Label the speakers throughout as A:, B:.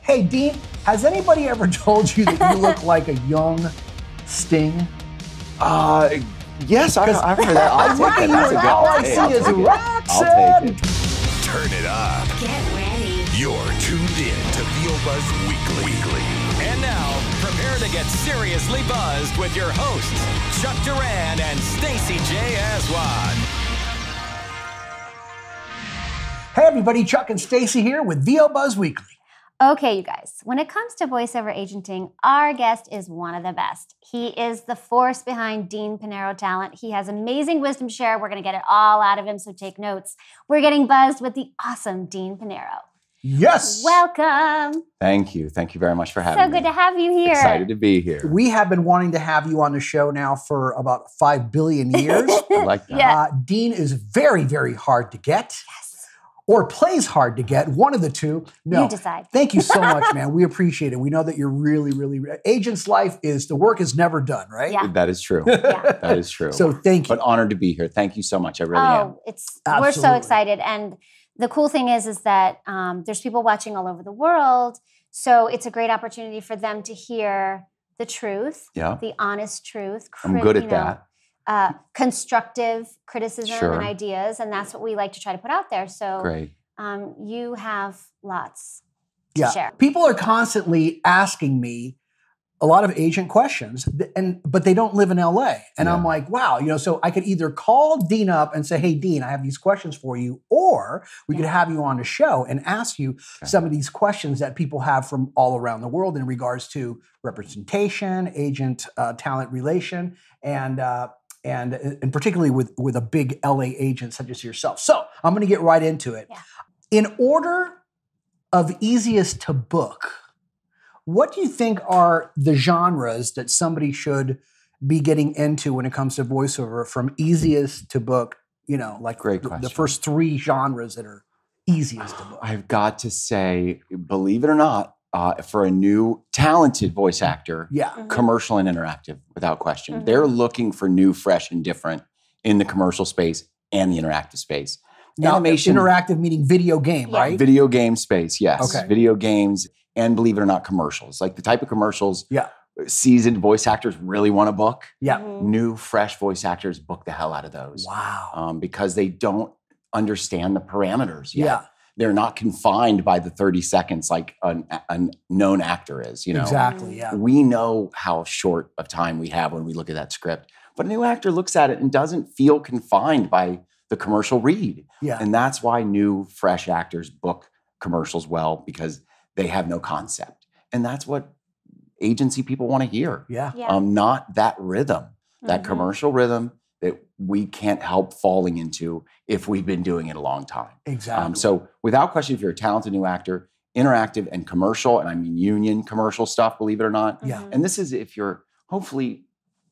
A: Hey, Dean, has anybody ever told you that you look like a young Sting?
B: Uh, yes, I, I've heard that. I'll
A: Look
B: take
A: at
B: that. That's
A: you,
B: a
A: and
B: good
A: all I
B: take.
A: see
B: I'll
A: is
B: take it. I'll
A: Roxanne.
B: take it.
C: Turn it up.
D: Get ready.
C: You're tuned in to Feel Buzz Weekly. Weekly.
E: And now, prepare to get seriously buzzed with your hosts, Chuck Duran and Stacy J. Aswan.
A: Hey, everybody, Chuck and Stacy here with VO Buzz Weekly.
D: Okay, you guys, when it comes to voiceover agenting, our guest is one of the best. He is the force behind Dean Pinero Talent. He has amazing wisdom to share. We're going to get it all out of him, so take notes. We're getting buzzed with the awesome Dean Pinero.
A: Yes.
D: Welcome.
B: Thank you. Thank you very much for having
D: So
B: me.
D: good to have you here.
B: Excited to be here.
A: we have been wanting to have you on the show now for about 5 billion years.
B: I like that.
D: Yeah.
A: Uh, Dean is very, very hard to get. Yes. Or plays hard to get, one of the two. No.
D: You decide.
A: Thank you so much, man. We appreciate it. We know that you're really, really. Agent's life is the work is never done, right?
D: Yeah.
B: That is true.
D: Yeah.
B: That is true.
A: So thank you.
B: but honored to be here. Thank you so much. I really am.
D: oh, it's we're so
A: Absolutely.
D: excited, and the cool thing is, is that um, there's people watching all over the world, so it's a great opportunity for them to hear the truth,
B: Yeah.
D: the honest truth.
B: I'm
D: cri-
B: good at
D: you know,
B: that.
D: Uh, constructive criticism
B: Sure.
D: and ideas, and that's what we like to try to put out there. So
B: Great.
D: um, you have lots to
A: yeah.
D: share.
A: People are constantly asking me a lot of agent questions, th- and but they don't live in LA, and I'm
B: Yeah.
A: like, wow, you know. So I could either call Dean up and say, hey, Dean, I have these questions for you, or we could have you on the show and ask you some of these questions that people have from all around the world in regards to representation, agent uh, talent relation, and. Uh, and, and particularly with, with a big LA agent such as yourself. So I'm going to get right into it.
D: Yeah.
A: In order of easiest to book, what do you think are the genres that somebody should be getting into when it comes to voiceover from easiest to book? You know, like
B: Great
A: the, the
B: question.
A: first three genres that are easiest to book.
B: I've got to say, believe it or not, uh, for a new talented voice actor,
A: yeah.
B: commercial and interactive, without question.
D: Mhm.
B: They're looking for new, fresh, and different in the commercial space and the interactive space.
A: Now,
B: Animation-
A: interactive meaning video game,
D: Yeah.
A: right?
B: Video game space, yes.
A: Okay.
B: Video games and believe it or not, commercials. Like the type of commercials
A: Yeah.
B: seasoned voice actors really want to book.
A: Yeah.
D: Mhm.
B: New, fresh voice actors book the hell out of those
A: Wow.
B: um, because they don't understand the parameters yet.
A: Yeah.
B: They're not confined by the 30 seconds like an, a known actor is, you know? Mm-hmm.
A: Exactly. Yeah.
B: we know how short of time we have when we look at that script but a new actor looks at it and doesn't feel confined by the commercial read
A: Yeah.
B: and that's why new fresh actors book commercials well because they have no concept and that's what agency people want to hear
A: yeah.
D: Yeah.
B: um, not that rhythm that
D: Mhm.
B: commercial rhythm that we can't help falling into if we've been doing it a long time
A: Exactly.
B: um, so, without question, if you're a talented new actor, interactive and commercial, and I mean union commercial stuff, believe it or not.
A: yeah.
D: Mhm.
B: And this is if you're hopefully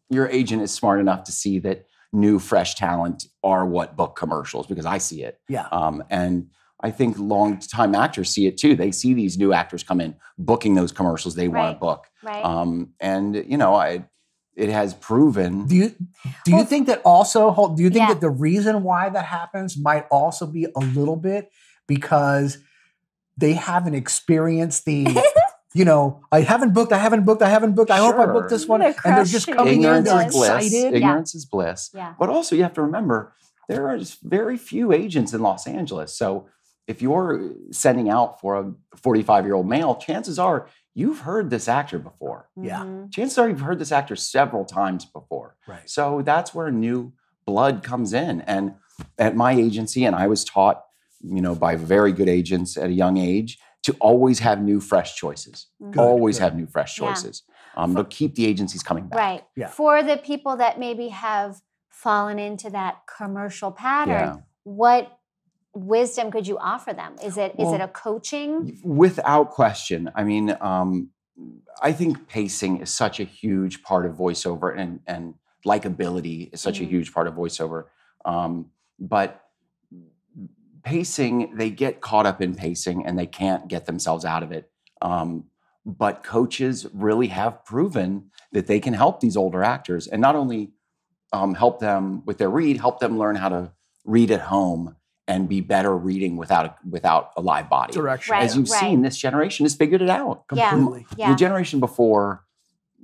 B: your agent is smart enough to see that new, fresh talent are what book commercials because I see it.
A: Yeah.
B: Um, and I think long time actors see it too. They see these new actors come in booking those commercials they want
D: Right.
B: to book.
D: right?
B: Um, and, you know, I, it has proven.
A: Do you do you
D: Well-
A: think that also hold- do you think
D: Yeah.
A: that the reason why that happens might also be a little bit because they haven't experienced the you know I haven't booked I haven't booked I haven't booked I hope I booked
B: Sure.
A: this one
D: They're
A: and they're just
D: crushing
A: coming in
B: ignorance
A: they're
B: is bliss.
A: excited
B: Ignorance is bliss.
D: yeah.
B: But also, you have to remember there are just very few agents in Los Angeles. So if you're sending out for a 45 year old male, chances are you've heard this actor before.
A: Yeah.
D: Mhm.
B: Chances are you've heard this actor several times before.
A: right
B: So that's where new blood comes in. And at my agency, and I was taught, you know, by very good agents at a young age to always have new, fresh choices.
D: Mhm.
A: Good,
B: always
A: good.
B: have new, fresh
D: Yeah.
B: choices. Um, to keep the agencies coming back.
D: Right.
A: Yeah.
D: For the people that maybe have fallen into that commercial pattern,
B: Yeah.
D: what wisdom could you offer them? Is it is it
B: Well,
D: a coaching?
B: Without question. I mean, um, I think pacing is such a huge part of voiceover, and and likability is such
D: Mhm.
B: a huge part of voiceover. Um, but pacing, they get caught up in pacing, and they can't get themselves out of it. Um, but coaches really have proven that they can help these older actors, and not only um, help them with their read, help them learn how to read at home and be better reading without a, without a live body.
A: Direction.
D: Oh, Right.
B: As you've seen, this generation has figured it out.
D: Yeah.
A: Completely.
D: Yeah.
B: The generation before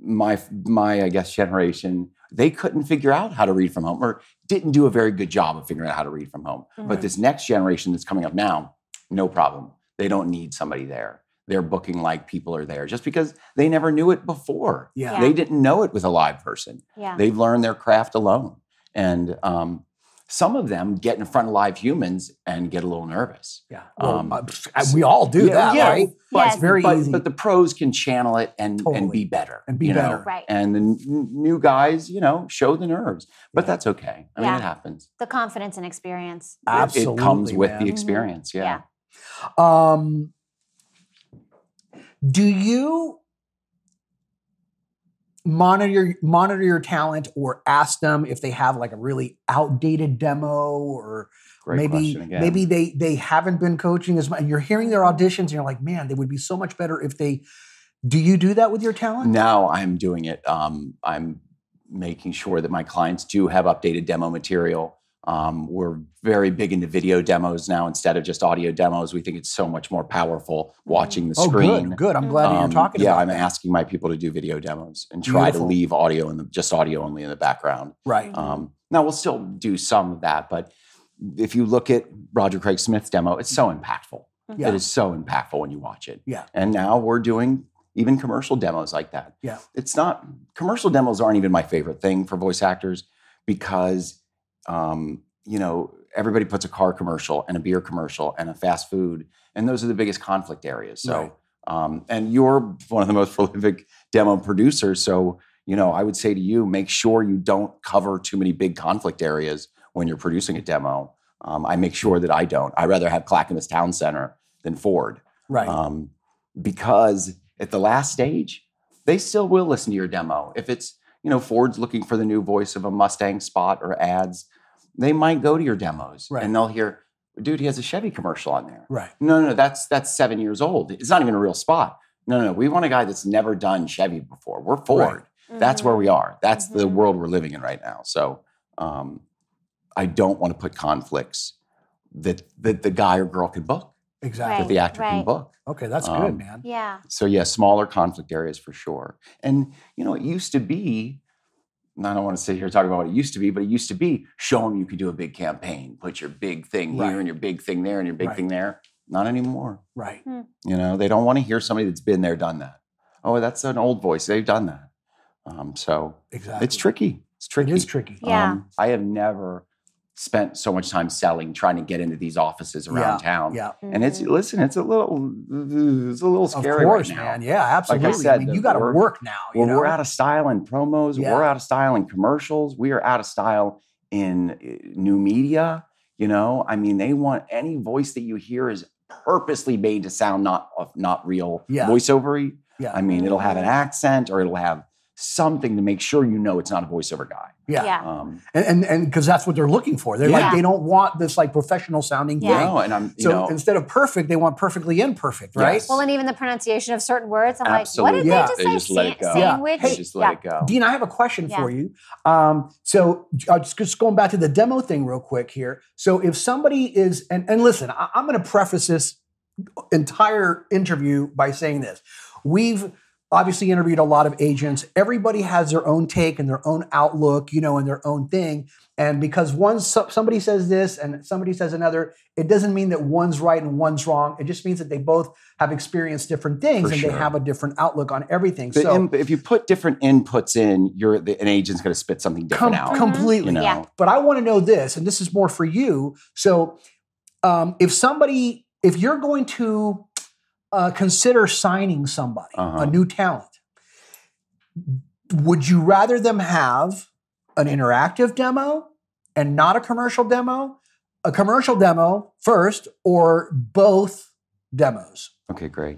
B: my my I guess generation, they couldn't figure out how to read from home or didn't do a very good job of figuring out how to read from home. But
D: Mhm.
B: this next generation that's coming up now, no problem. They don't need somebody there. They're booking like people are there just because they never knew it before.
A: Yeah.
D: Yeah.
B: They didn't know it with a live person.
D: Yeah.
B: They've learned their craft alone. And um, some of them get in front of live humans and get a little nervous.
A: Yeah.
B: Um,
A: Well, uh, pff, we all do that, right?
D: Yes.
A: It's very
B: but,
A: easy.
B: but the pros can channel it and, and
A: Totally.
B: be better.
A: And be
B: you know?
A: better.
D: Right.
B: And the n- new guys, you know, show the nerves. But
A: Yeah.
B: that's okay. I
D: Yeah.
B: mean, it happens.
D: the confidence and experience.
B: It- It, comes
A: Absolutely,
B: with
A: man.
B: the experience. Yeah.
D: Yeah.
A: Um, do you monitor monitor your talent or ask them if they have like a really outdated demo or
B: Great
A: maybe
B: question again.
A: maybe they they haven't been coaching as much and you're hearing their auditions and you're like man they would be so much better if they do you do that with your talent
B: Now I'm doing it. Um, I'm making sure that my clients do have updated demo material. Um, we're very big into video demos now instead of just audio demos. We think it's so much more powerful watching the
A: oh
B: screen.
A: good good i'm glad that
B: Um,
A: you're talking
B: yeah,
A: about
B: I'm
A: that.
B: asking my people to do video demos and try
A: Beautiful.
B: to leave audio in the just audio only in the background.
A: right
B: Um, now we'll still do some of that, but if you look at Roger Craig Smith's demo, it's so impactful.
D: Mhm.
A: Yeah.
B: It is so impactful when you watch it.
A: Yeah.
B: And now we're doing even commercial demos like that.
A: Yeah.
B: It's not commercial demos aren't even my favorite thing for voice actors because um, you know, everybody puts a car commercial and a beer commercial and a fast food, and those are the biggest conflict areas. So
A: Right.
B: um, and you're one of the most prolific demo producers. So, you know, I would say to you, make sure you don't cover too many big conflict areas when you're producing a demo. Um, I make sure that I don't. I rather have Clackamas Town Center than Ford
A: right
B: um, because at the last stage, they still will listen to your demo. If it's, you know, Ford's looking for the new voice of a Mustang spot or ads, they might go to your demos
A: Right.
B: and they'll hear, dude, he has a Chevy commercial on there.
A: right
B: No, no, no, that's that's seven years old. It's not even a real spot. No, no, no. We want a guy that's never done Chevy before. We're Ford. That's
D: Mm-hmm.
B: where we are. That's the
A: Mm-hmm.
D: Mhm.
B: world we're living in right now. So um, I don't want to put conflicts that that the guy or girl can book,
A: exactly
B: that the actor
D: right.
B: can book.
A: okay that's good
B: Um,
A: man
D: Yeah.
B: So yeah, smaller conflict areas for sure. And you know, it used to be. and I don't want to sit here talking about what it used to be, but it used to be show them you could do a big campaign, put your big thing
A: Right.
B: here and your big thing there and your big
A: Right.
B: thing there. Not anymore.
A: right
B: You know, they don't want to hear somebody that's been there, done that. Oh, that's an old voice. They've done that. Um, so
A: exactly
B: it's tricky. It's
A: it
B: tricky.
A: is tricky
D: Yeah.
B: Um, I have never spent so much time selling, trying to get into these offices around town.
A: yeah
B: And it's
D: Mhm.
B: listen, it's a little, it's a little scary
A: of course,
B: right now.
A: man. Yeah, absolutely. I,
B: said,
A: mean,
B: the
A: you got to
B: work-
A: work now. You
B: Well,
A: know?
B: we're out of style in promos.
A: Yeah.
B: We're out of style in commercials. We are out of style in uh, new media. You know, I mean, they want any voice that you hear is purposely made to sound not uh, not real
A: Yeah. Mm-hmm.
B: voiceovery.
A: Yeah.
B: I mean, it'll have an accent or it'll have something to make sure you know it's not a voiceover guy.
A: yeah.
D: Yeah.
B: Um,
A: and and and because that's what they're looking for. They're like
D: Yeah.
A: they don't want this like professional sounding
D: Yeah.
B: You
A: thing.
B: know, and I'm you
A: So
B: know
A: instead of perfect, they want perfectly imperfect, right?
B: Yes.
D: Well, and even the pronunciation of certain words, I'm like, what
B: Absolutely.
D: did
A: Yeah.
D: they just
B: They
D: say?
B: just let it
D: Sa-
B: go.
A: Yeah.
D: Sandwich.
B: you just let
D: Yeah.
B: it go.
A: Dean, I have a question
D: Yeah.
A: for you. Um, so uh, just, just going back to the demo thing real quick here. So if somebody is and and listen, I, I'm going to preface this entire interview by saying this. We've obviously interviewed a lot of agents. Everybody has their own take and their own outlook, you know, and their own thing. And because one so- somebody says this and somebody says another, it doesn't mean that one's right and one's wrong. It just means that they both have experienced different things
B: For
A: and they
B: sure.
A: have a different outlook on everything.
B: The
A: so
B: in- if you put different inputs in, you're the, an agent's going to spit something different
A: com-
B: out.
A: completely.
B: you know?
D: Yeah.
A: But I want to know this, and this is more for you. So, um, if somebody, if you're going to uh, consider signing somebody,
B: Uh-huh.
A: a new talent, would you rather them have an interactive demo and not a commercial demo, a commercial demo first, or both demos?
B: Okay, great.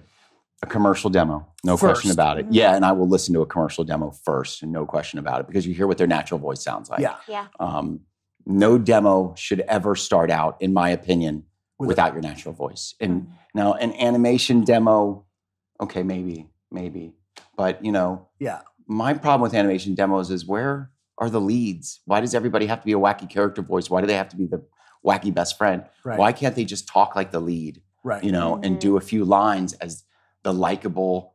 B: A commercial demo, no question
A: First. Mm-hmm.
B: about it. Yeah, and I will listen to a commercial demo first, and no question about it, because you hear what their natural voice sounds like.
A: yeah,
D: Yeah.
B: Um, no demo should ever start out, in my opinion,
A: With- Mm.
B: without your natural voice. And now, an animation demo, okay, maybe, maybe, but you know,
A: yeah,
B: my problem with animation demos is where are the leads? Why does everybody have to be a wacky character voice? Why do they have to be the wacky best friend.
A: Right.
B: Why can't they just talk like the lead,
A: Right.
B: you know, and
A: Mm-hmm.
D: Mhm.
B: do a few lines as the likable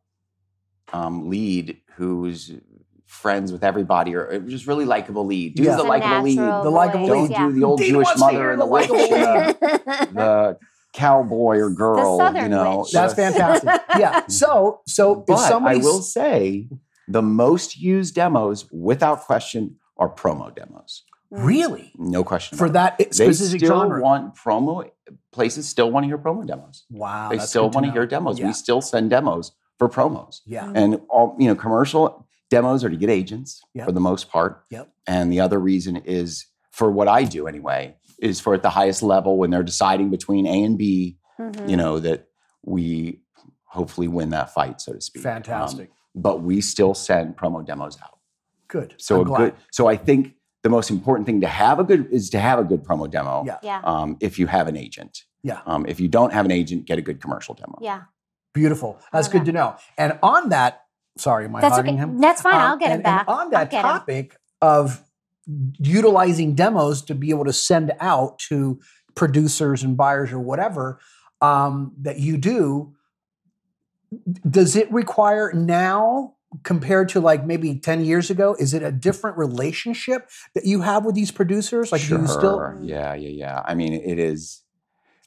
B: um, lead who's friends with everybody or or just really likable lead? Do
A: Yeah.
B: the
A: It's
D: a
B: likable lead.
D: natural
A: The likable
D: voice,
B: Don't
D: yeah.
B: do the old
A: Dean
B: Jewish
A: wants to
B: mother
A: hear
B: and the
A: the
B: witch,
A: likable
B: uh, the cowboy or girl, you
D: Southern
B: know.
D: witch.
A: That's
B: the-
A: fantastic. Yeah. So, so
B: but
A: if somebody
B: I will say the most used demos, without question, are promo demos.
A: really
B: No question.
A: for
B: about
A: that
B: it. they
A: specific
B: still
A: genre,
B: want promo. Places still want to hear promo demos.
A: wow,
B: they
A: that's
B: still
A: good
B: want to
A: know.
B: hear demos.
A: Yeah. Mm-hmm.
B: We still send demos for promos,
A: yeah.
B: and all you know, commercial demos are to get agents
A: Yep.
B: for the most part.
A: Yep.
B: And the other reason is for what I do anyway is for at the highest level when they're deciding between A and B.
D: Mhm.
B: You
A: Mm-hmm.
B: know that we hopefully win that fight, so to speak. Um,
A: Fantastic.
B: but we still send promo demos out.
A: good.
B: So
A: I'm
B: a
A: glad.
B: good. So I think the most important thing to have a good is to have a good promo demo.
A: Yeah.
D: Yeah.
B: Um, if you have an agent.
A: Yeah.
B: Um, if you don't have an agent, get a good commercial demo.
D: Yeah.
A: Beautiful. That's
D: Love
A: good to know. And on that, sorry, am I
D: That's
A: hogging
D: okay.
A: him?
D: That's fine.
A: Um,
D: I'll get
A: and,
D: him back.
A: And on that
D: I'll get him.
A: topic of utilizing demos to be able to send out to producers and buyers or whatever um, that you do, does it require now? compared to like maybe 10 years ago is it a different relationship that you have with these producers like do you still
B: Sure. Yeah, yeah, yeah. I mean, it is.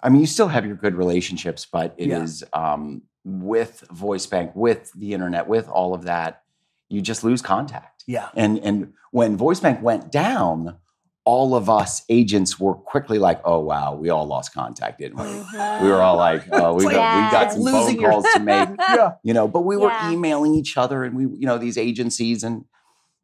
B: I mean, you still have your good relationships, but it is
A: Yeah.
B: um, with voice bank, with the internet, with all of that, you just lose contact.
A: yeah
B: And and when Voice Bank went down, all of us agents were quickly like, "Oh wow, we all lost contact, didn't we?"
D: Mhm.
A: Mm-hmm.
B: We were all like, "Oh, we
A: It's
B: got,
A: like-
B: we got
D: Yes.
B: some
A: Losing
B: phone
A: your-
B: calls to make,"
A: yeah
B: you know. But we were
D: Yeah.
B: emailing each other, and we, you know, these agencies, and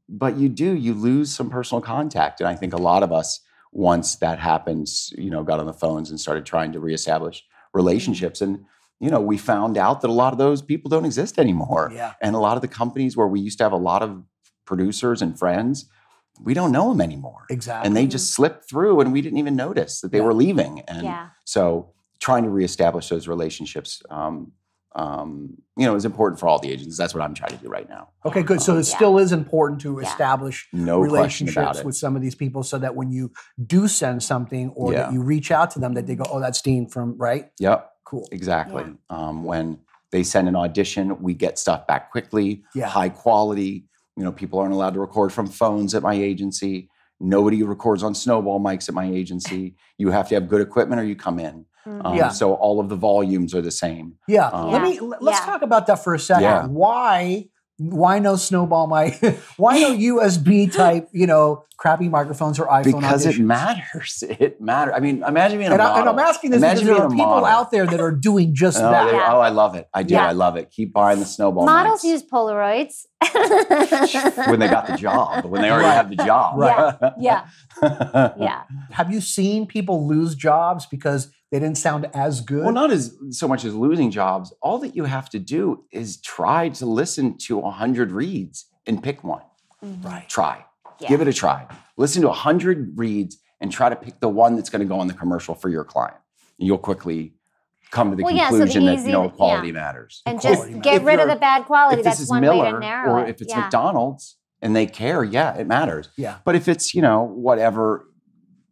B: but you do you lose some personal contact, and I think a lot of us once that happens, you know, got on the phones and started trying to reestablish
A: Mm-hmm.
B: relationships, and you know, we found out that a lot of those people don't exist anymore.
A: yeah
B: And a lot of the companies where we used to have a lot of producers and friends, we don't know them anymore.
A: exactly
B: And they just slipped through and we didn't even notice that they
A: Yeah.
B: were leaving. And
D: Yeah.
B: so trying to reestablish those relationships, um, um, you know, is important for all the agents. That's what I'm trying to do right now.
A: okay good so it
D: Yeah.
A: still is important to
D: Yeah.
A: establish
B: No question about
A: relationships
B: it.
A: with some of these people so that when you do send something or
B: Yeah.
A: that you reach out to them that they go oh that's dean from right
B: yep,
A: cool
B: exactly. Um, when they send an audition, we get stuff back quickly.
A: yeah
B: high quality. You know, people aren't allowed to record from phones at my agency. Nobody records on snowball mics at my agency. You have to have good equipment or you come in.
D: Mm-hmm.
B: Um,
A: Yeah.
B: So all of the volumes are the same.
A: yeah
B: Um,
A: let
D: Yeah.
A: me let- let's
D: Yeah.
A: talk about that for a second
B: Yeah.
A: why why no snowball mic why no usb type you know crappy microphones or iphone
B: Because it
A: auditions?
B: matters. It matters. I mean, imagine being a
A: and, I,
B: model.
A: and i'm asking this
B: Imagine
A: because there
B: being
A: are
B: a
A: people
B: model.
A: out there that are doing just
B: oh,
A: that
B: they-
D: Yeah.
B: oh, I love it. I do.
D: Yeah.
B: I love it. Keep buying the snowball
D: Models
B: mics.
D: use Polaroids.
B: when they got the job, when they already
A: Right.
B: have the job.
A: Right.
D: yeah.
B: Yeah.
D: Yeah.
A: have you seen people lose jobs because they didn't sound as good
B: Well, not as so much as losing jobs. All that you have to do is try to listen to a hundred reads and pick one.
A: right
B: Try.
D: Yeah.
B: Give it a try. Listen to a hundred reads and try to pick the one that's going to go on the commercial for your client. You'll quickly come to the
D: Well, yeah, so the
B: conclusion that
D: easy-
B: you know
D: yeah.
B: quality matters.
D: And
A: Quality
D: just
A: matters.
D: get
B: If
D: rid of
B: you're-
D: the bad quality.
B: if this
D: That's
B: is
D: one way to
B: Miller
D: narrow
B: or
D: it.
B: if it's
D: yeah.
B: McDonald's and they care, yeah, it matters.
A: yeah
B: But if it's you know whatever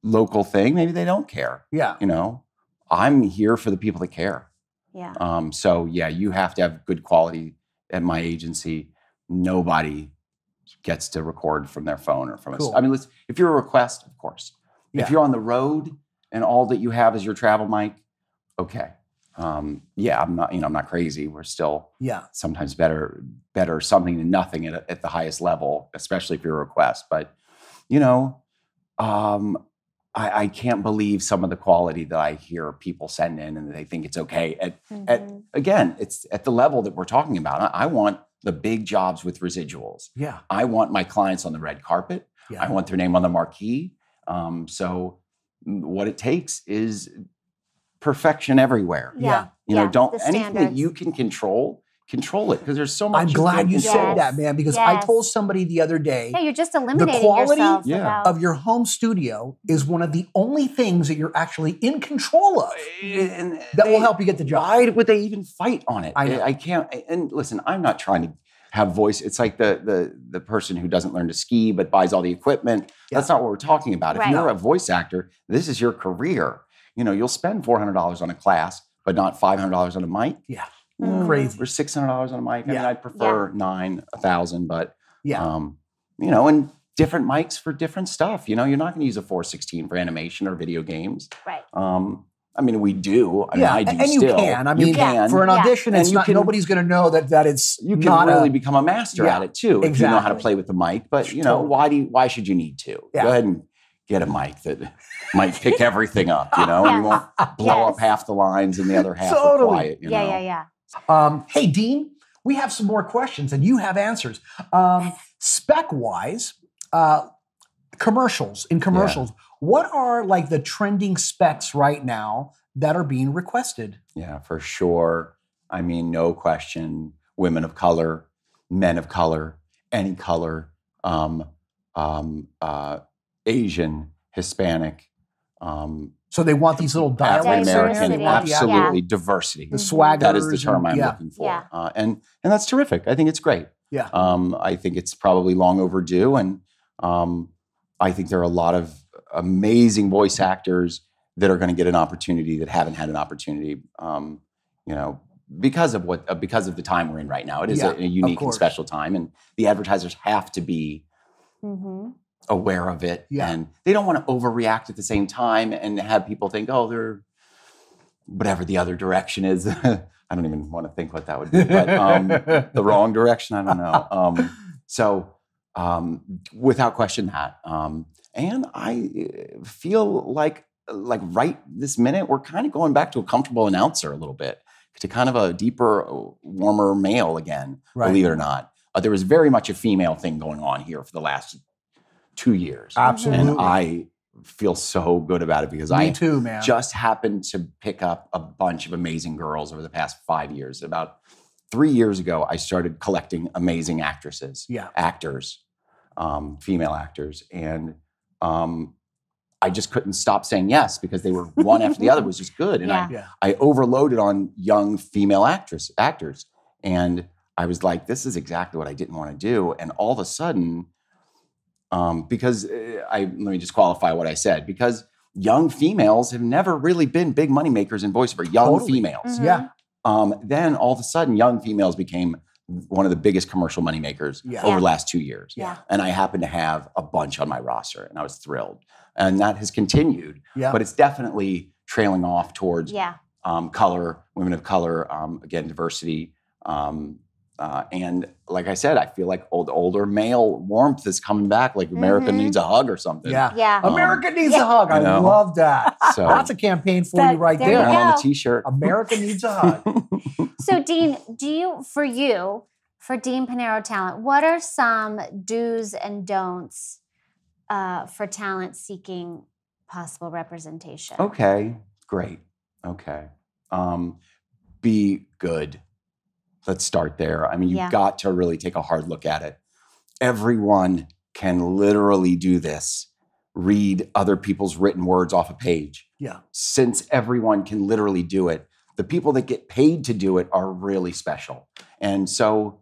B: local thing, maybe they don't care.
A: yeah
B: You know, I'm here for the people that care.
D: Yeah.
B: Um, so yeah, you have to have good quality at my agency. Nobody gets to record from their phone or from us.
A: Cool.
B: I mean, let's, if you're a request, of course.
A: Yeah.
B: If you're on the road and all that you have is your travel mic, okay. Um, yeah, I'm not. You know, I'm not crazy. We're still
A: yeah
B: sometimes better better something than nothing at, at the highest level, especially if you're a request. But you know, um, I, I can't believe some of the quality that I hear people send in and they think it's okay. At, at
D: Mhm.
B: again, it's at the level that we're talking about. I, I want the big jobs with residuals.
A: yeah
B: I want my clients on the red carpet.
A: yeah
B: I want their name on the marquee. Um, so what it takes is perfection everywhere.
D: Yeah.
A: Yeah.
B: You
D: Yeah,
B: know, don't
D: the
B: anything that
D: standards.
B: you can control, control it because there's so much.
A: I'm glad
B: can
A: you
B: control.
A: said that, man, because I
D: Yes.
A: told somebody the other day
D: Yeah, you're just eliminating
A: quality
D: yourself.
B: Yeah.
D: about-
A: of your home studio is one of the only things that you're actually in control of
B: And
A: that
B: Eh, they-
A: will help you get the job.
B: Why would they even fight on it?
A: I know.
B: I can't. And listen, I'm not trying to have voice. It's like the the the person who doesn't learn to ski but buys all the equipment. That's not what we're talking about.
D: Right.
B: If you're a voice actor, this is your career. You know, you'll spend four hundred dollars on a class, but not five hundred dollars on a mic.
A: Yeah.
D: Mm-hmm.
B: Mm,
A: Crazy.
B: Or six hundred dollars on a mic. I mean,
A: Yeah.
B: I'd prefer nine, a thousand, but
A: Yeah.
B: um, you know, and different mics for different stuff. You know, you're not going to use a 416 for animation or video games.
D: Right.
B: Um, I mean, we do. I mean, I do
A: and you
B: still.
A: can. I
B: You
A: mean,
B: can.
A: for an
D: Yeah.
A: audition,
B: And
A: it's
B: you
A: not.
B: can-
A: nobody's going to know that that it's
B: you can
A: not
B: really
A: a,
B: become a master
A: Yeah,
B: at it too if you know how to
A: exactly.
B: play with the mic. But you know,
A: Totally.
B: why do you, why should you need to?
A: Yeah.
B: Go ahead and get a mic that might pick everything up. You know,
D: Yes.
B: you won't blow
D: Yes.
B: up half the lines and the other half are
A: Totally.
B: quiet. You
D: yeah,
B: know?
D: yeah, yeah.
A: Um, hey, Dean, we have some more questions and you have answers. Um, spec wise, uh, commercials, in commercials, what are like the trending specs right now that are being requested?
B: Yeah, for sure. I mean, no question. Women of color, men of color, any color, um, um, uh, Asian, Hispanic, um,
A: So they want these little
B: African
A: dialects.
D: Diversity.
B: American,
A: They want the-
B: absolutely diversity.
A: The swaggers.
B: That is the term
A: and-
B: I'm
A: yeah.
B: looking for,
D: Yeah.
B: uh, and and that's terrific. I think it's great.
A: Yeah.
B: Um, I think it's probably long overdue, and um, I think there are a lot of amazing voice actors that are going to get an opportunity that haven't had an opportunity. Um, you know, because of what uh, because of the time we're in right now, it is
A: Yeah,
B: a, a unique and
A: course.
B: special time, and the advertisers have to be
D: Mm-hmm.
B: aware of it
A: Yeah.
B: and they don't want to overreact at the same time and have people think oh they're whatever the other direction is i don't even want to think what that would be but um, the wrong direction i don't know um, so um, without question that um, and i uh, feel like like right this minute we're kind of going back to a comfortable announcer a little bit to kind of a deeper warmer male again
A: Right.
B: believe it or not uh, there was very much a female thing going on here for the last two years
A: Absolutely.
B: and I feel so good about it because
A: Me
B: I
A: too, man.
B: just happened to pick up a bunch of amazing girls over the past five years. About three years ago, I started collecting amazing actresses,
A: yeah.
B: actors, um, female actors, and um, I just couldn't stop saying yes because they were one after the other was just good, and
D: Yeah.
B: I
A: Yeah.
B: I overloaded on young female actress actors, and I was like, "This is exactly what I didn't want to do." And all of a sudden, um, because uh, I let me just qualify what I said because young females have never really been big moneymakers in voiceover. Young
A: Totally.
B: females,
D: Mhm.
A: Yeah.
B: um, then all of a sudden, young females became one of the biggest commercial moneymakers
A: Yeah.
B: over
D: Yeah.
B: the last two years.
D: Yeah.
B: And I happened to have a bunch on my roster, and I was thrilled. And that has continued,
A: Yeah.
B: but it's definitely trailing off towards
D: Yeah.
B: um, color, women of color, um, again, diversity. Um, uh, and like I said, I feel like old, older male warmth is coming back, like America
D: Mhm.
B: needs a hug or something.
A: yeah.
D: Yeah.
B: Um,
A: America needs
D: yeah.
A: a hug. I
B: you know.
A: love that.
B: So-
A: That's a campaign for
D: That-
A: you right
D: there you
A: there.
B: And
D: go.
B: on the t shirt.
A: America needs a hug.
D: So, Dean, do you, for you, for Dean Panero Talent, what are some do's and don'ts uh, for talent seeking possible representation?
B: Okay, great. Okay. Um, be good. Let's start there. I mean, you've
D: Yeah.
B: got to really take a hard look at it. Everyone can literally do this read other people's written words off a page.
A: Yeah.
B: Since everyone can literally do it, the people that get paid to do it are really special. And so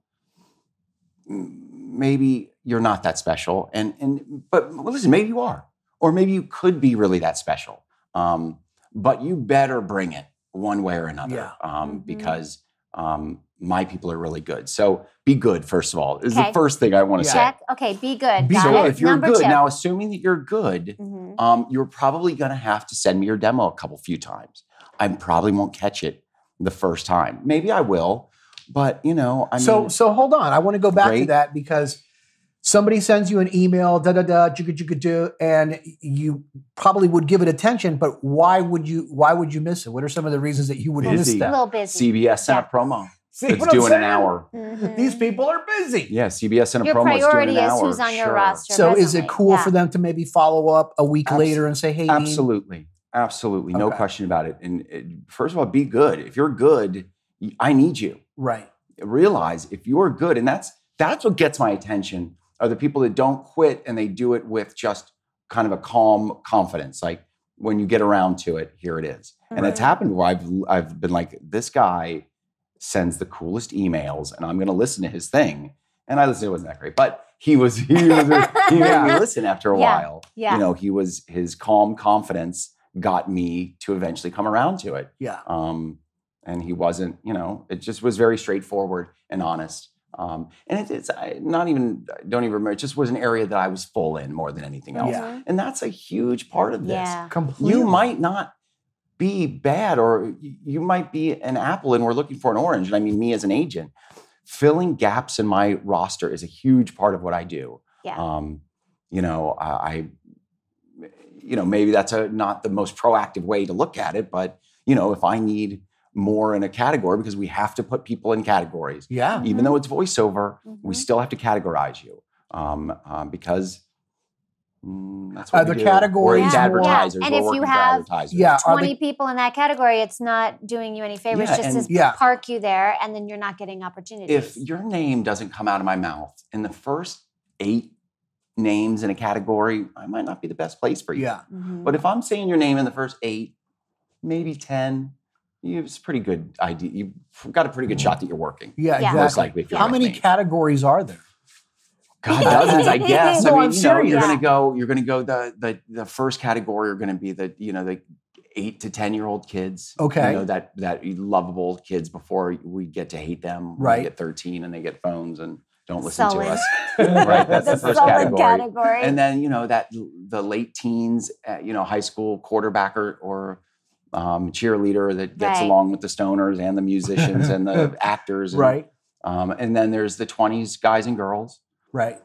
B: m- maybe you're not that special. And, and but well, listen, maybe you are. Or maybe you could be really that special um, but you better bring it one way or another
A: Yeah.
B: um,
D: Mhm.
B: because um, my people are really good. So be good first of all is
D: Okay.
B: the first thing I want to
A: Yeah.
D: Check. Okay. Be good.
A: Be
B: say.
D: Got
B: So
D: it.
B: if you're
D: Number
B: good,
D: two.
B: now assuming that you're good,
D: Mhm.
B: um, you're probably going to have to send me your demo a couple few times. I probably won't catch it the first time. Maybe I will, but you know, I
A: so
B: mean,
A: so hold on. I want to go back to
B: Great.
A: that because somebody sends you an email, da da da, jigga jigga do, and you probably would give it attention, but why would you why would you miss it? What are some of the reasons that you would miss
B: Busy.
D: A
A: that?
D: little busy.
B: CBS sent
D: Yeah.
B: a promo.
A: See
B: It's
A: what I'm
B: doing an
A: saying?
B: hour.
D: Mhm.
A: These people are busy.
B: Yeah, CBS sent a
D: Your
B: promo. It's doing
D: priority
B: an
D: is
B: hour.
D: who's on your
B: Sure.
D: roster.
A: So is it
D: presently.
A: cool
D: Yeah.
A: for them to maybe follow up a week
B: Abs-
A: later and say, "Hey, Dean,
B: Absolutely. Absolutely. No
A: Okay.
B: question about it. And uh, first of all, be good. If you're good, y- I need you.
A: right?
B: Realize if you're good, and that's that's what gets my attention are the people that don't quit and they do it with just kind of a calm confidence. Like when you get around to it, here it is. And it's
D: Mhm.
B: happened where I've I've been like, this guy sends the coolest emails and I'm gonna listen to his thing. and I listened. It wasn't that great, but he was he was he made me listen after a
D: Yeah.
B: while.
D: Yeah.
B: You know, he was his calm confidence got me to eventually come around to it.
A: Yeah.
B: Um, and he wasn't, you know, it just was very straightforward and honest. Um, and it, it's I, not even, I don't even remember, it just was an area that I was full in more than anything
D: Mm-hmm.
B: else.
A: Yeah.
B: And that's a huge part of this.
D: Yeah.
A: Completely.
B: You might not be bad, or y- you might be an apple and we're looking for an orange. And I mean, me as an agent, filling gaps in my roster is a huge part of what I do.
D: Yeah.
B: Um, you know, I, I- you know, maybe that's a, not the most proactive way to look at it, but you know, if I need more in a category because we have to put people in categories,
A: Yeah.
B: even though it's voiceover, we
D: Mhm.
B: still have to categorize you um, um, because. mm, that's what
A: Uh,
B: we
A: the
B: do.
A: categories
B: We're
D: Yeah.
B: advertisers.
D: Yeah, and
B: We're
D: if you
B: working for
D: have-
B: advertisers.
A: Yeah. Are
D: 20
A: they,
D: people in that category, it's not doing you any favors
B: Yeah,
D: just
B: and-
D: to
A: yeah.
D: park you there and then you're not getting opportunities.
B: if your name doesn't come out of my mouth in the first eight names in a category, I might not be the best place for you.
A: yeah.
D: Mhm.
B: But if I'm saying your name in the first eight, maybe 10, you it's a pretty good idea. You've got a pretty good shot that you're working.
A: Yeah.
D: Yeah.
B: Most
A: Exactly.
B: likely. if you're
A: How
B: with
A: many
B: me.
A: categories are there?
B: God, dozens, I guess.
A: No,
B: I mean,
A: I'm
B: you know, you're
A: serious.
B: gonna go, you're gonna go the the the first category are gonna be the, you know, the eight to ten year old kids.
A: Okay.
B: You know, that that lovable kids before we get to hate them. when
A: Right.
B: They get 13 and they get phones and don't listen
D: Sullen.
B: to us. right. That's the,
D: the
B: first
D: solid
B: category.
D: category.
B: And then, you know, that the late teens, uh, you know, high school quarterback or, or um, cheerleader that gets
D: Right.
B: along with the stoners and the musicians and the actors. And,
A: Right.
B: Um, and then there's the 20s guys and girls.
A: Right.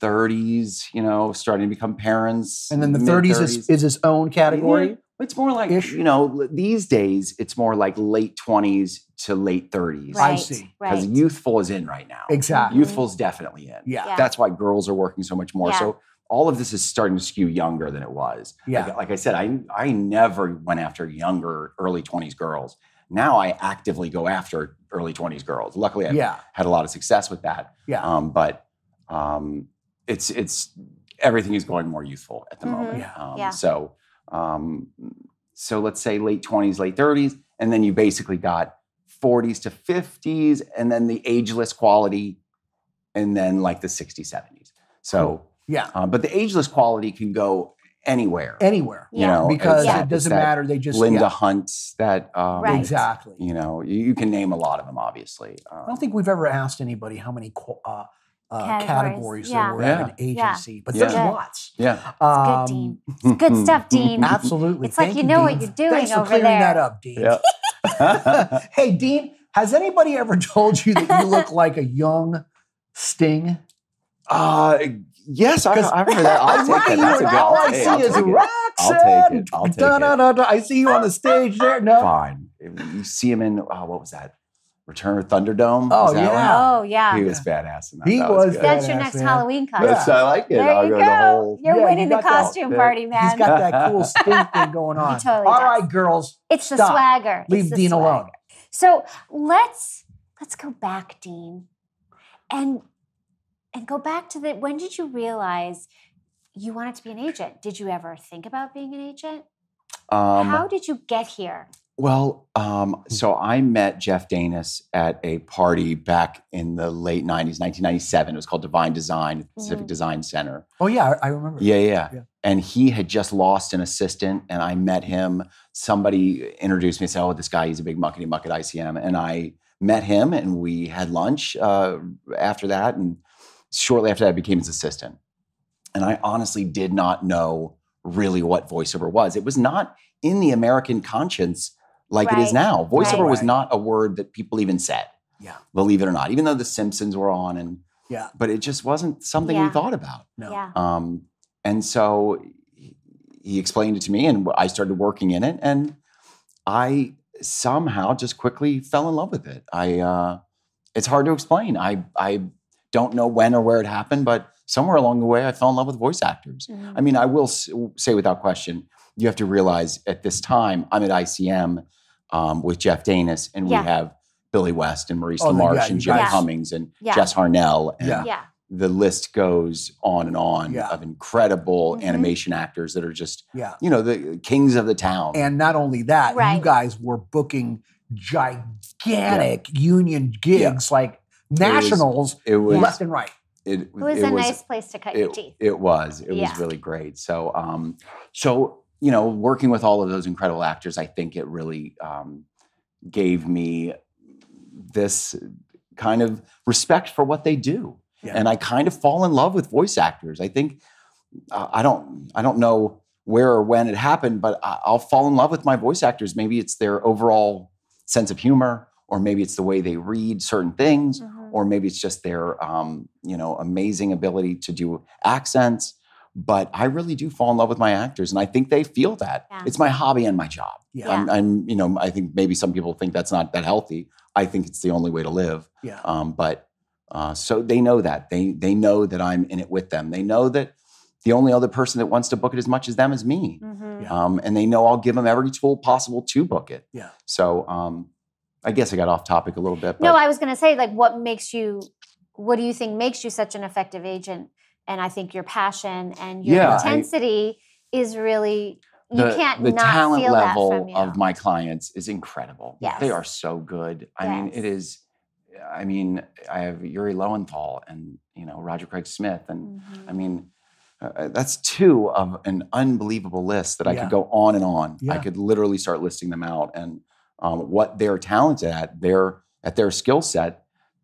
B: 30s, you know, starting to become parents.
A: And then the 30s,
B: mid-thirties.
A: is, is its own category.
B: It's more like,
A: Ish.
B: you know, l- these days, it's more like late 20s to late 30s.
A: I
D: right,
A: see.
D: Right.
B: Because youthful is in right now.
A: Exactly.
B: Youthful's definitely in.
A: Yeah.
D: Yeah.
B: That's why girls are working so much more.
D: Yeah.
B: So all of this is starting to skew younger than it was.
A: Yeah.
B: Like, like I said, I, I never went after younger, early 20s girls. Now I actively go after early 20s girls. Luckily,
A: Yeah.
B: I've
A: Yeah.
B: had a lot of success with that.
A: Yeah.
B: Um, but um, it's it's everything is going more youthful at the
D: Mhm.
B: moment.
A: Yeah.
B: Um,
D: Yeah.
B: So um, so let's say late twenties, late thirties, and then you basically got forties to fifties, and then the ageless quality, and then like the 60s, 70s. So, um, but the ageless quality can go anywhere.
A: Anywhere.
B: You know,
A: Because
B: it's that-
A: it
B: it's
A: doesn't
B: that
A: matter. They just
B: Linda
A: yeah.
B: Hunt, that um,
D: Right.
A: Exactly.
B: You know, you, you can name a lot of them, obviously. Um,
A: I don't think we've ever asked anybody how many qu- uh, uh,
D: Categories.
A: categories
D: Yeah.
A: there were at an
D: Yeah.
A: agency, but
B: Yeah.
A: there's
D: Good.
A: lots. Um,
B: yeah,
D: Good, Dean. Good stuff, Dean.
A: Absolutely.
D: It's like
A: Thank
D: you know
A: Dean.
D: what you're doing
A: Thanks for
D: over
A: clearing
D: there.
A: that up, Dean.
B: Yeah.
A: hey, Dean, has anybody ever told you that you look like a young Sting?
B: Uh, yes, I,
A: 'Cause-
B: I remember that. I'll
A: look at
B: take it.
A: you,
B: That's a
A: and
B: good.
A: all
B: I'll
A: I
B: take,
A: see
B: I'll
A: is
B: take it. I'll take
A: Roxanne.
B: it. I'll take
A: da, da,
B: it.
A: da, da. I see you on the stage there. No.
B: Fine. You see him in uh, what was that? Return of Thunderdome.
A: Oh,
B: Was that one?
A: yeah.
D: Oh, yeah.
B: he was badass in that.
A: He
B: That was.
A: was
B: good.
A: bad-
D: That's your
A: Badass,
D: next
A: man.
D: Halloween costume.
B: That's- I like it.
D: There
B: I'll
D: you
B: go
D: go.
B: to the whole.
D: You're
A: Yeah, you
D: winning the
A: got that.
D: costume
B: Yeah.
D: party, man.
A: He's got that cool Sting thing going on.
D: totally
A: All
D: does.
A: right, girls,
D: it's the
A: Stop.
D: swagger. It's
A: leave
D: the
A: Dean
D: swagger.
A: alone.
D: So let's let's go back, Dean, and and go back to the. When did you realize you wanted to be an agent? Did you ever think about being an agent?
B: Um,
D: How did you get here?
B: Well, um, so I met Jeff Danis at a party back in the late 90s, 1997. It was called Divine Design, at the Pacific
D: Mhm.
B: Design Center.
A: Oh, yeah, I, I remember.
B: Yeah, yeah,
A: Yeah.
B: yeah. And he had just lost an assistant, and I met him. Somebody introduced me and said, "Oh, this guy, he's a big muckety muck at ICM." And I met him, and we had lunch uh, after that. And shortly after that, I became his assistant. And I honestly did not know really what voiceover was. It was not in the American conscience like it is
D: Right.
B: now. Voiceover
A: Right.
B: was
A: Right.
B: not a word that people even said.
A: Yeah.
B: believe it or not. Even though The Simpsons were on, and
A: Yeah.
B: but it just wasn't something we
D: Yeah.
B: thought about.
A: No.
D: Yeah.
B: Um, and so he- he explained it to me, and I started working in it, and I somehow just quickly fell in love with it. I uh, it's hard to explain. I I don't know when or where it happened, but somewhere along the way, I fell in love with voice actors.
D: Mm-hmm.
B: I mean, I will s- say without question, you have to realize at this time, I'm at ICM um, with Jeff Danis, and
D: Yeah.
B: we have Billy West and Maurice
A: Oh, then,
B: LaMarche
A: yeah, you
B: and Jim
D: guys-
B: Cummings and
D: Yeah.
B: Jess Harnell and
A: Yeah.
D: yeah.
B: the list goes on and on
A: Yeah.
B: of incredible
D: Mhm.
B: animation actors that are just
A: Yeah.
B: you know the kings of the town
A: And not only that, you
D: Right.
A: guys were booking gigantic union gigs like nationals
B: It was
A: left and right.
B: it,
D: It was
B: it
D: a
B: was
D: nice place to cut your
B: it,
D: teeth.
B: it was it
D: Yeah.
B: was really great so um so you know working with all of those incredible actors i think it really um gave me this kind of respect for what they do
A: Yeah.
B: and i kind of fall in love with voice actors i think uh, i don't i don't know where or when it happened but I, i'll fall in love with my voice actors maybe it's their overall sense of humor or maybe it's the way they read certain things
D: Mhm.
B: or maybe it's just their um, you know amazing ability to do accents but i really do fall in love with my actors and i think they feel that
D: Yeah.
B: it's my hobby and my job
A: Yeah.
B: I'm, I'm you know i think maybe some people think that's not that healthy i think it's the only way to live
A: Yeah.
B: um, but uh, so they know that they they know that i'm in it with them they know that the only other person that wants to book it as much as them is me
D: Mhm.
A: Yeah.
B: um, and they know i'll give them every tool possible to book it
A: Yeah.
B: so um, i guess i got off topic a little bit but
D: No, I was going to say, like, what makes you, what do you think makes you such an effective agent? And I think your passion and your
B: Yeah, I-
D: intensity is really, you
B: the,
D: can't
B: the
D: not
B: talent
D: feel
B: level
D: that from you.
B: of my clients is incredible.
D: Yes.
B: They are so good. I mean,
D: Yes.
B: it is. I mean, I have Yuri Lowenthal and you know Roger Craig Smith, and
D: Mhm.
B: I mean, uh, that's two of an unbelievable list that I
A: Yeah.
B: could go on and on. I
A: Yeah.
B: could literally start listing them out and um, what they're talented at. Their at their skill set.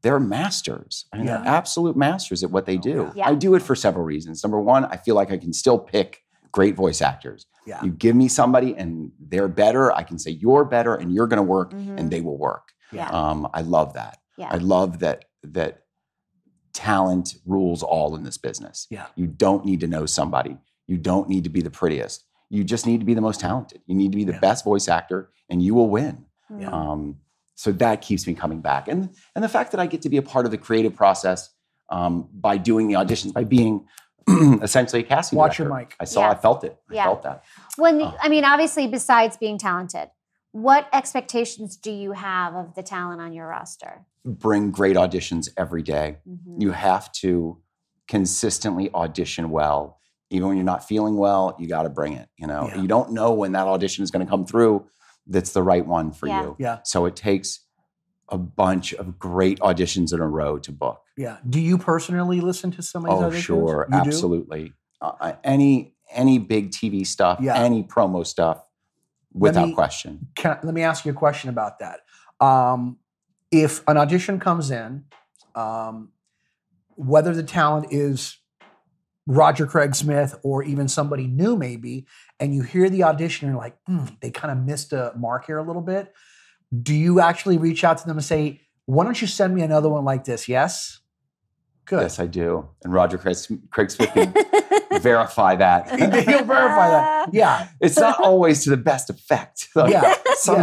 B: They're masters. I mean, they're
A: Yeah. Oh,
B: absolute masters at what they do.
D: Yeah.
B: I do it for several reasons. Number one, I feel like I can still pick great voice actors.
A: Yeah.
B: You give me somebody and they're better, I can say you're better and you're going to work
A: Mm-hmm.
D: Mhm.
B: and they will work.
D: yeah.
B: Um, I love that.
D: yeah.
B: I love that that talent rules all in this business.
A: Yeah.
B: You don't need to know somebody. You don't need to be the prettiest. You just need to be the most talented. You need to be the
A: Yeah.
B: best voice actor and you will win.
D: Mhm.
B: Um, so that keeps me coming back, and and the fact that I get to be a part of the creative process um, by doing the auditions, by being essentially a casting
A: Watch your
B: director.
A: mic.
B: I saw,
D: Yeah.
B: I felt it. I
D: Yeah.
B: felt that.
D: When
B: Oh.
D: I mean, obviously, besides being talented, what expectations do you have of the talent on your roster?
B: Bring great auditions every day.
D: Mhm.
B: You have to consistently audition well, even when you're not feeling well. You got to bring it. You know,
A: Yeah.
B: you don't know when that audition is going to come through. That's the right one for
D: Yeah.
B: you.
A: Yeah.
B: So it takes a bunch of great auditions in a row to book.
A: Yeah. Do you personally listen to some of these
B: Oh,
A: auditions?
B: sure,
A: You do?
B: absolutely. Uh, I- any any big TV stuff,
A: Yeah.
B: any promo stuff, without
A: me-
B: question.
A: Can, let me ask you a question about that. Um, if an audition comes in, um, whether the talent is Roger Craig Smith or even somebody new, maybe, and you hear the audition and you're like, "Hmm, they kind of missed a mark here a little bit, do you actually reach out to them and say, why don't you send me another one like this? Yes? Good.
B: Yes, I do. And Roger Craig, Craig Smith can verify that.
A: He'll verify that. Yeah.
B: it's not always to the best effect. So
A: Yeah.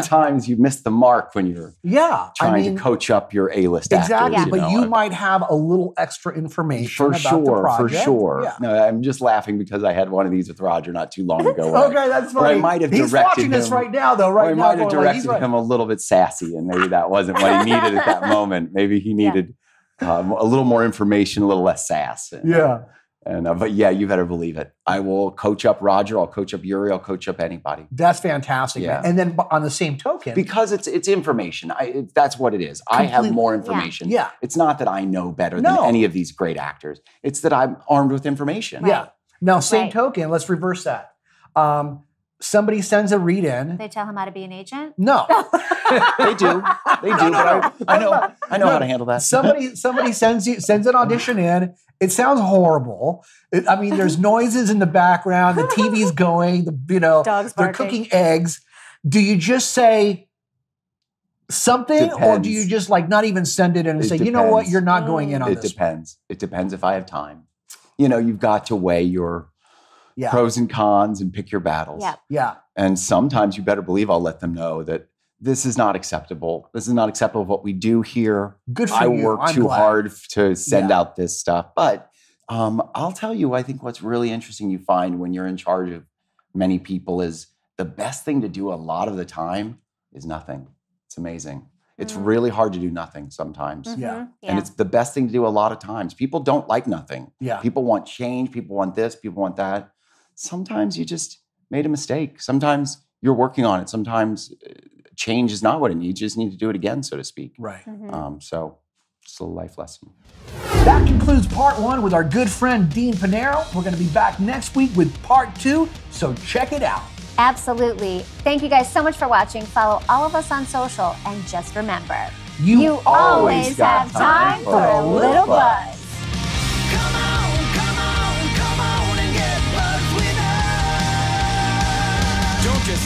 B: Sometimes you miss the mark when you're
A: Yeah.
B: trying
A: I mean,
B: to coach up your A-list
A: Exactly,
B: actors.
A: but
B: know,
A: you
B: and-
A: might have a little extra information
B: For
A: about
B: sure,
A: the
B: for
A: project.
B: sure.
A: Yeah.
B: No, I'm just laughing because I had one of these with Roger not too long ago. where I-
A: Okay, that's
B: Or I
A: funny.
B: might have
A: he's
B: directed
A: watching this
B: him.
A: right now, though.
B: or I
A: Right now,
B: might have
A: going like, he's
B: directed
A: right.
B: him a little bit sassy, and maybe that wasn't what he needed at that moment. Maybe he
D: Yeah.
B: needed um, a little more information, a little less sass. And,
A: Yeah,
B: And uh, but yeah, you better believe it. I will coach up Roger. I'll coach up Yuri. I'll coach up anybody
A: that's fantastic. man.
B: Yeah.
A: And then b- on the same token,
B: because it's it's information. I, it, that's what it is. I have
A: Completely.
B: more
D: Yeah.
B: information.
A: yeah,
B: It's not that I know better
A: No.
B: than any of these great actors. It's that I'm armed with information.
D: Right.
A: yeah. Now, same
D: Right.
A: token, let's reverse that. Um, somebody sends a read in.
D: They tell him how to be an agent.
A: No,
B: They do. They do. but I, I know. I know how to handle that.
A: somebody somebody sends you sends an audition in. It sounds horrible. It- I mean, there's noises in the background. The TV's going. The you know,
D: Dogs
A: they're cooking eggs. Do you just say something, or do
B: Depends.
A: you just like not even send it in and
B: It
A: say, you know what,
B: depends.
A: you're not going in on
B: it
A: this?
B: depends. It depends if I have time. You know, you've got to weigh your
A: Yeah,
B: pros and cons and pick your battles.
D: Yeah.
A: yeah,
B: And sometimes you better believe I'll let them know that this is not acceptable. This is not acceptable what we do here.
A: good for
B: I
A: you.
B: work
A: I'm
B: too
A: glad.
B: hard to send
A: Yeah.
B: out this stuff. But um, I'll tell you, I think what's really interesting you find when you're in charge of many people is the best thing to do a lot of the time is nothing. It's amazing. It's
D: Mm.
B: really hard to do nothing sometimes.
D: Mhm.
A: Yeah.
D: Yeah.
B: And it's the best thing to do a lot of times. People don't like nothing.
A: Yeah,
B: People want change. People want this. People want that. Sometimes you just made a mistake. Sometimes you're working on it. Sometimes uh, change is not what it needs. You just need to do it again, so to speak.
A: right.
D: Mhm.
B: Um, so just a little life lesson.
A: That concludes part one with our good friend Dean Panero. We're going to be back next week with part two, so check it out.
D: Absolutely. Thank you guys so much for watching. Follow all of us on social and just remember
A: You
B: always got time for a little buzz.
F: Come on, come on, come on and get buzzed with us.
E: Don't just